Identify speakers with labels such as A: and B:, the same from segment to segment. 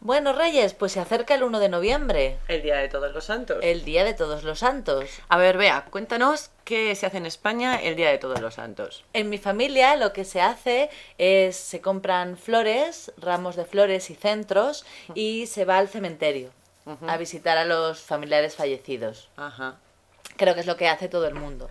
A: Bueno, Reyes, pues se acerca el 1 de noviembre,
B: El Día de Todos los Santos.
A: el Día de Todos los Santos.
B: Eh, A ver, Bea, cuéntanos qué se hace en España el Día de Todos los Santos.
A: En mi familia lo que se hace es se compran flores, ramos de flores y centros y se va al cementerio a visitar a los familiares fallecidos.
B: Ajá.
A: Creo que es lo que hace todo el mundo.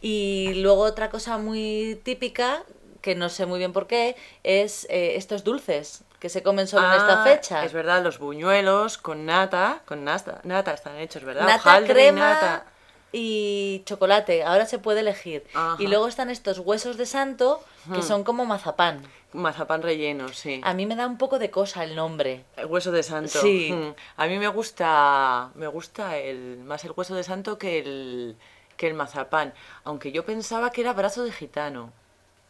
A: Y luego otra cosa muy típica, que no sé muy bien por qué, es eh, estos dulces que se comen solo en esta
B: Ah,
A: fecha.
B: Es verdad, los buñuelos con nata, con nata, nata están hechos, ¿verdad?
A: Nata,
B: Hojaldre y
A: crema
B: nata.
A: y chocolate. Ahora se puede elegir.
B: Ajá.
A: Y luego están estos huesos de santo que son como mazapán.
B: Mazapán relleno, sí.
A: A mí me da un poco de cosa el nombre.
B: El hueso de santo.
A: Sí.
B: Mm. A mí me gusta, me gusta el, más el hueso de santo que el, que el mazapán. Aunque yo pensaba que era brazo de gitano.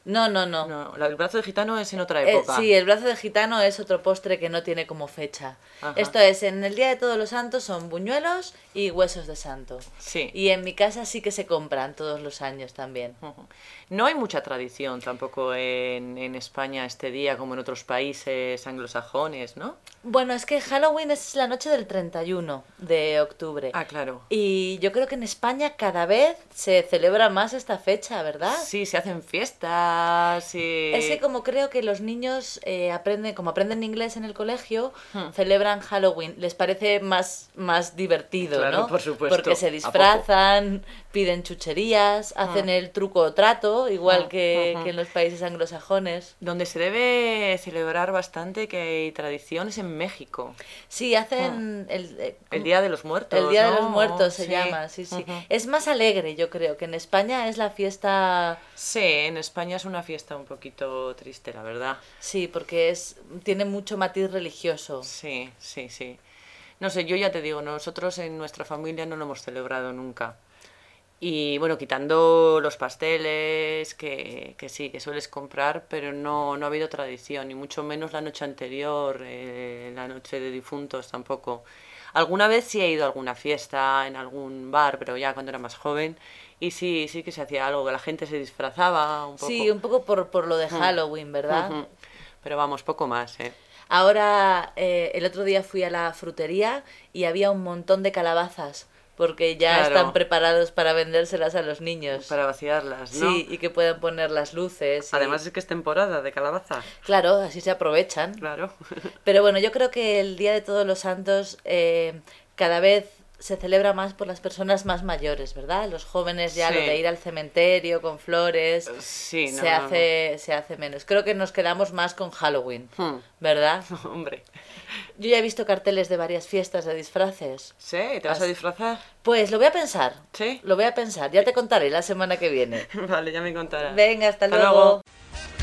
A: No, no, no.
B: No, la- el brazo de gitano es en otra
A: Eh,
B: época.
A: sí, el brazo de gitano es otro postre que no tiene como fecha.
B: Ajá.
A: Esto es, en el Día de Todos los Santos son buñuelos y huesos de santo.
B: Sí.
A: Y en mi casa sí que se compran todos los años también.
B: Ujú. No hay mucha tradición tampoco en, en España este día como en otros países anglosajones, ¿no?
A: Bueno, es que Halloween es la noche del 31 de octubre.
B: Ah, claro.
A: Y yo creo que en España cada vez se celebra más esta fecha, ¿verdad?
B: Sí, se hacen fiestas y...
A: Es que como creo que los niños eh, aprenden, como aprenden inglés en el colegio,
B: Hmm.
A: celebran Halloween. Les parece más, más divertido,
B: Claro,
A: ¿no?
B: por supuesto.
A: Porque se
B: ¿A poco?
A: disfrazan, piden chucherías, hacen el truco o trato, igual
B: Hmm,
A: que,
B: ujú.
A: que en los países anglosajones.
B: Donde se debe celebrar bastante que hay tradiciones en México.
A: Sí, hacen el, eh,
B: Hmm. El Día de los Muertos.
A: el Día de los
B: ¿no?
A: Muertos se
B: Sí. Hmm.
A: llama, sí, sí.
B: Ujú.
A: Es más alegre, yo creo, que en España es la fiesta...
B: Sí, en España es una fiesta un poquito triste, la verdad.
A: Sí, porque es tiene mucho matiz religioso.
B: Sí, sí, sí. No sé, yo ya te digo, nosotros en nuestra familia no lo hemos celebrado nunca. Y bueno, quitando los pasteles, que, que sí, que sueles comprar, pero no, no ha habido tradición, y mucho menos la noche anterior, eh, la noche de difuntos tampoco. Alguna vez sí he ido a alguna fiesta, en algún bar, pero ya cuando era más joven, y sí, sí que se hacía algo, que la gente se disfrazaba un poco.
A: Sí, un poco por, por lo de Halloween, ¿verdad?
B: Ujú. Pero vamos, poco más, ¿eh?
A: Ahora, eh, el otro día fui a la frutería y había un montón de calabazas, porque ya
B: Claro.
A: están preparados para vendérselas a los niños.
B: Para vaciarlas, ¿no?
A: Pues Sí, y que puedan poner las luces. y-
B: Además es que es temporada de calabaza.
A: Claro, así se aprovechan.
B: Claro.
A: Pero bueno, yo creo que el Día de Todos los Santos eh, cada vez se celebra más por las personas más mayores, ¿verdad? Los jóvenes ya lo
B: Sí. Eh,
A: de ir al cementerio con flores
B: Sí, no.
A: se, hace, se hace menos. Creo que nos quedamos más con Halloween,
B: Hmm.
A: ¿verdad?
B: Hombre.
A: Yo ya he visto carteles de varias fiestas de disfraces.
B: ¿Sí? ¿Te vas a
A: Así-
B: disfrazar?
A: Pues lo voy a pensar.
B: Sí.
A: Lo voy a pensar. Ya te contaré la semana que viene.
B: Vale, ya me contarás.
A: Venga, hasta,
B: Hasta
A: luego.
B: luego.